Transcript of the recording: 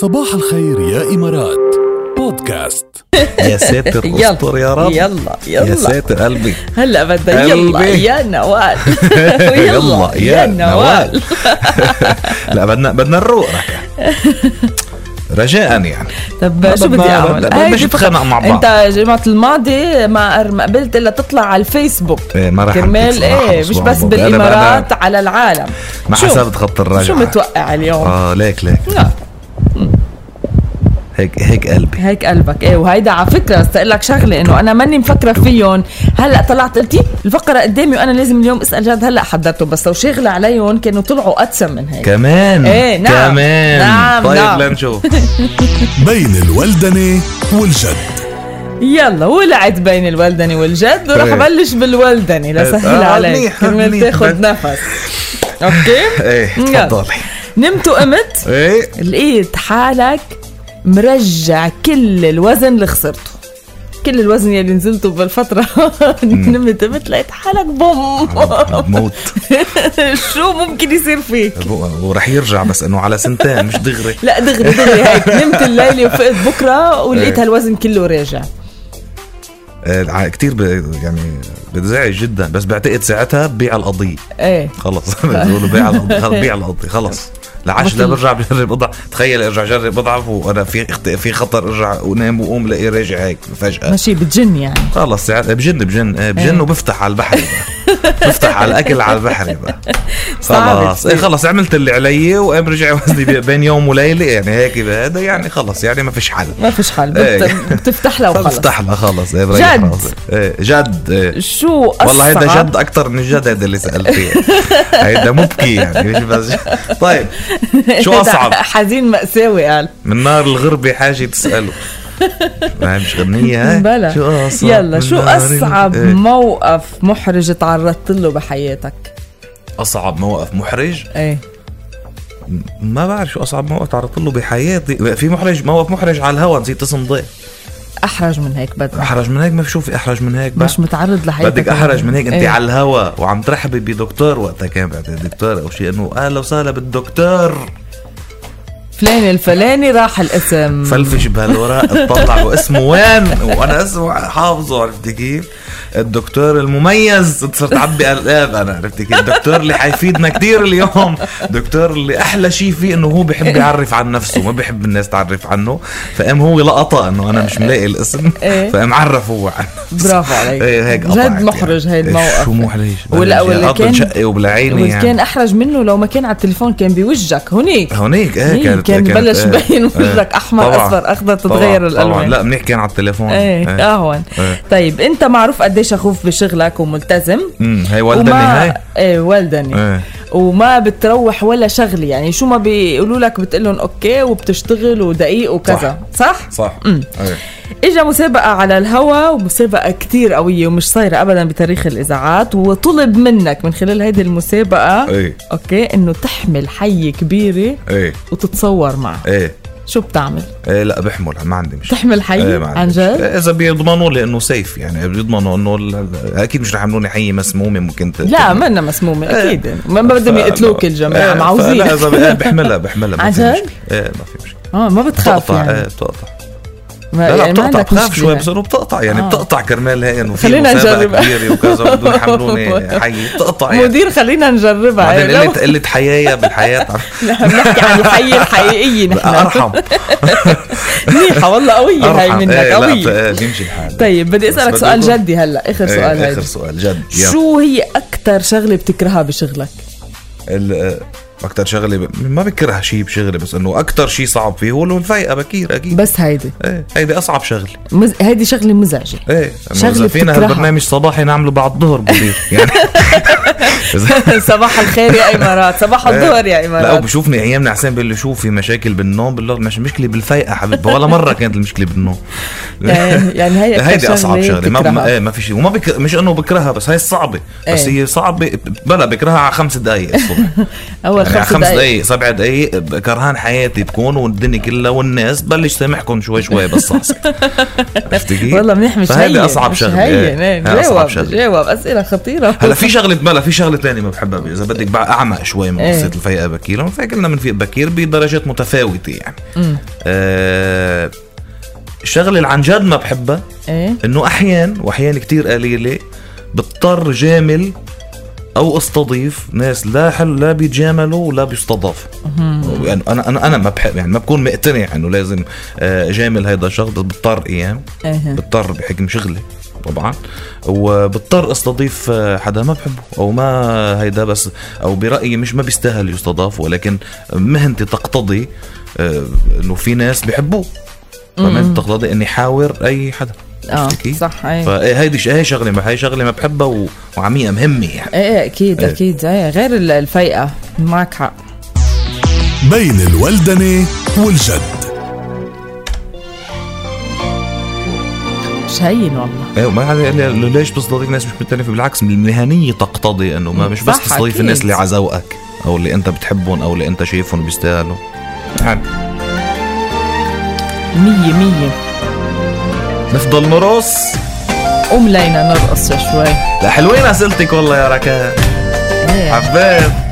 صباح الخير يا إمارات بودكاست يا ساتر يلا. استر يا رب يلا يا يلا ساتر قلبي هلا بدها يلا قلبي. يا نوال يلا يا نوال لا بدنا بدنا نروق ركع رجاء يعني طب شو بدي اعمل؟ بدنا- بدنا هيدي نشوف فقط. خنق مع بعض انت الجمعة الماضي ما ما قبلت الا تطلع على الفيسبوك إيه، ما راح كرمال أحكي بصراحة ايه مش الأسبوع بس الماضي. أنا بقى- بالامارات على العالم مع شو؟ حسابة خط الرجعة شو متوقع اليوم؟ اه ليك ليك لا هيك هيك قلبي هيك قلبك ايه وهيدا على فكره بس اقول لك شغله انه انا ماني مفكره فيهم هلا طلعت قلتي الفقره قدامي وانا لازم اليوم اسال جد هلا حضرتهم بس لو شاغله عليهم كانوا طلعوا اتسم من هيك كمان إيه، نعم. كمان نعم، طيب نعم. لنشوف بين الولدنة والجد يلا ولعت بين الولدني والجد وراح إيه. بلش بالولدني لسهل آه، عليك منيح، كرمال منيح. تاخد نفس اوكي ايه يلا. تفضلي نمت وقمت ايه لقيت حالك مرجع كل الوزن اللي خسرته كل الوزن يلي نزلته بالفترة نمت قمت لقيت حالك بوم موت شو ممكن يصير فيك؟ وراح يرجع بس انه على سنتين مش دغري لا دغري دغري هيك نمت الليلة وفقت بكرة ولقيت إيه. هالوزن كله راجع آه، ع- كتير ب... يعني بتزعج جدا بس بعتقد ساعتها ببيع القضيه ايه خلص بيقولوا بيع القضيه خلص بيع القضيه خلص لعش لا برجع بجرب بضع تخيل ارجع جرب اضعف وانا في اخت... في خطر ارجع ونام وقوم لاقي راجع هيك فجاه ماشي بتجن يعني خلص ساعتها بجن بجن آه، بجن إيه. وبفتح على البحر بقى. بفتح على الاكل على البحر بقى صعبة خلص كتير. ايه خلص عملت اللي علي وقام رجع وزني بي- بين يوم وليله يعني هيك هذا يعني خلص يعني ما فيش حل ما فيش حل إيه. بت- بتفتح لها وخلص افتح لها خلص ايه بريح جد. راسي. ايه جد ايه شو أصعب والله هيدا جد اكثر من الجد هيدا اللي سالت فيه هيدا مبكي يعني مش بس طيب شو هيدا اصعب حزين مأساوي قال من نار الغربة حاجة تسأله ما مش غنية هاي بلا شو اصعب يلا من شو نار أصعب ال- إيه. موقف محرج تعرضت له بحياتك اصعب موقف محرج ايه ما بعرف شو اصعب موقف تعرضت له بحياتي في محرج موقف محرج على الهوا نسيت تمضي أحرج من هيك بدك احرج من هيك ما بشوف احرج من هيك بعد. مش متعرض لحياتك بدك احرج من هيك انت إيه. على الهوا وعم ترحبي بدكتور وقتها كان بعتقد دكتور او شيء انه اهلا وسهلا بالدكتور فلان الفلاني راح الاسم فلفش بهالوراق اطلع واسمه وين نعم. وانا اسمه حافظه عرفتي كيف؟ الدكتور المميز صرت عبي قلقاب انا عرفتي كيف؟ الدكتور اللي حيفيدنا كثير اليوم، دكتور اللي احلى شيء فيه انه هو بحب يعرف عن نفسه، ما بحب الناس تعرف عنه، فقام هو لقطه انه انا مش ملاقي الاسم إيه. فقام عرف هو عن نفسه. برافو عليك. ايه هيك جد قطعت محرج هاي يعني. الموقف. شو محرج؟ ولا- واللي يعني كان- شقي وبلعيني واللي كان يعني أحرج منه لو ما كان على التليفون كان بوجهك هنيك هونيك ايه هنيك كانت كان كانت- بلش إيه. يبين إيه. وجهك أحمر طبعاً. أصفر أخضر طبعاً، تتغير طبعاً. الألوان لا منيح كان على التليفون ايه اهون إيه. طيب انت معروف قديش اخوف بشغلك وملتزم امم هي والدني وما هاي ايه والدني إيه. وما بتروح ولا شغله يعني شو ما بيقولوا لك بتقول لهم اوكي وبتشتغل ودقيق وكذا صح, صح؟ صح أمم. ايه اجا مسابقة على الهوا ومسابقة كتير قوية ومش صايرة ابدا بتاريخ الاذاعات وطلب منك من خلال هيدي المسابقة إيه. اوكي انه تحمل حية كبيرة ايه وتتصور معها ايه شو بتعمل؟ إيه لا بحمل ما عندي مش تحمل حية ما عن عندي جد؟ مشكلة. اذا بيضمنوا لي انه سيف يعني بيضمنوا انه ال- ال- اكيد مش رح يعملوني حيه مسمومه ممكن ت- لا ما لنا مسمومة اكيد ما بدهم فلا- يقتلوك إيه، الجماعة فلا معوزين اذا ب- إيه، بحملها بحملها ما عن في جد؟ مشكله ايه ما في مشكله اه ما بتخاف بتقطع يعني ايه بتقطع ما لا لا يعني ما بتقطع عندك بخاف مشكلة. شوي بس انه بتقطع يعني آه. بتقطع كرمال هي انه في خلينا مسابقه نجربها. كبيره وكذا بدهم يحملوني حيه بتقطع يعني مدير خلينا نجربها بعدين إيه، لو- قله قله حيايه بالحياه لا بنحكي عن الحية الحقيقية نحن ارحم منيحة والله قوية هاي ارحم منك إيه، لا، قوية ف- بيمشي الحال طيب بدي بس اسالك سؤال بدكم- جدي هلا اخر إيه، سؤال اخر هيدا سؤال جد شو شو هي اكثر شغله بتكرهها بشغلك اكثر شغله آه، ب... ما بكره شيء بشغلي بس انه اكثر شيء صعب فيه هو الفيقه بكير اكيد بس بس هيدي ايه هيدي اصعب شغله مز... هيدي شغله مزعجه ايه إنه شغلة اذا فينا بتكرهها. هالبرنامج صباحي نعمله بعد الظهر مدير يعني إذا- صباح الخير يا امارات صباح إيه. الظهر يا لا امارات وبشوفني ايامنا حسين بيقول لي شو في مشاكل بالنوم بالله مش مشكله بالفيقه حبيبي ولا مره كانت المشكله بالنوم إيه، يعني هي أكتر هيدي اصعب شغلة شغله ما ما, بتكرهها. إيه ما في شيء وما بك... مش انه بكرهها بس هي صعبه بس إيه. هي صعبه بلا بكرهها على خمس دقائق الصبح اول يعني خمس خمس دقايق. دقائق سبع دقائق كرهان حياتي بكون والدنيا كلها والناس بلش سامحكم شوي شوي بس صح عرفتي كيف؟ والله منيح مش فهيدي هين، اصعب مش شغله هين، إيه. إيه. هاي اصعب جاوب شغله جاوب اسئله خطيره هلا في شغله بلا في شغله ثانيه ما بحبها اذا بدك بقى اعمق شوي من إيه. قصه الفيقه بكير فكلنا كلنا بنفيق بكير بدرجات متفاوته يعني آه، الشغله اللي عن جد ما بحبها ايه انه احيان واحيان كتير قليله بضطر جامل او استضيف ناس لا حل لا بيتجاملوا ولا بيستضافوا يعني انا انا انا ما بحب يعني ما بكون مقتنع انه لازم آه، جامل هيدا الشخص بس بضطر ايام ايه بضطر بحكم شغلي طبعا وبضطر استضيف آه، حدا ما بحبه او ما هيدا بس او برايي مش ما بيستاهل يستضاف ولكن مهنتي تقتضي آه، انه في ناس بحبوه فمهنتي تقتضي اني حاور اي حدا اه عرفتي كيف؟ صح ايه فهيدي ش- هي شغله ما هي شغله ما بحبها و- وعميقه مهمه يعني ايه اكيد إيه. اكيد ايه غير ال- الفيقه معك حق بين الولدنة والجد مش هين والله ايوه ما حدا قال لي إنه ليش بتستضيف ناس مش مختلفه بالعكس المهنيه تقتضي انه ما مش بس صح، تستضيف أكيد. الناس اللي على ذوقك او اللي انت بتحبهم او اللي انت شايفهم بيستاهلوا يعني مية مية نفضل نرقص قوم لينا نرقص شوي لا حلوين اسئلتك والله يا ركان ايه حبيت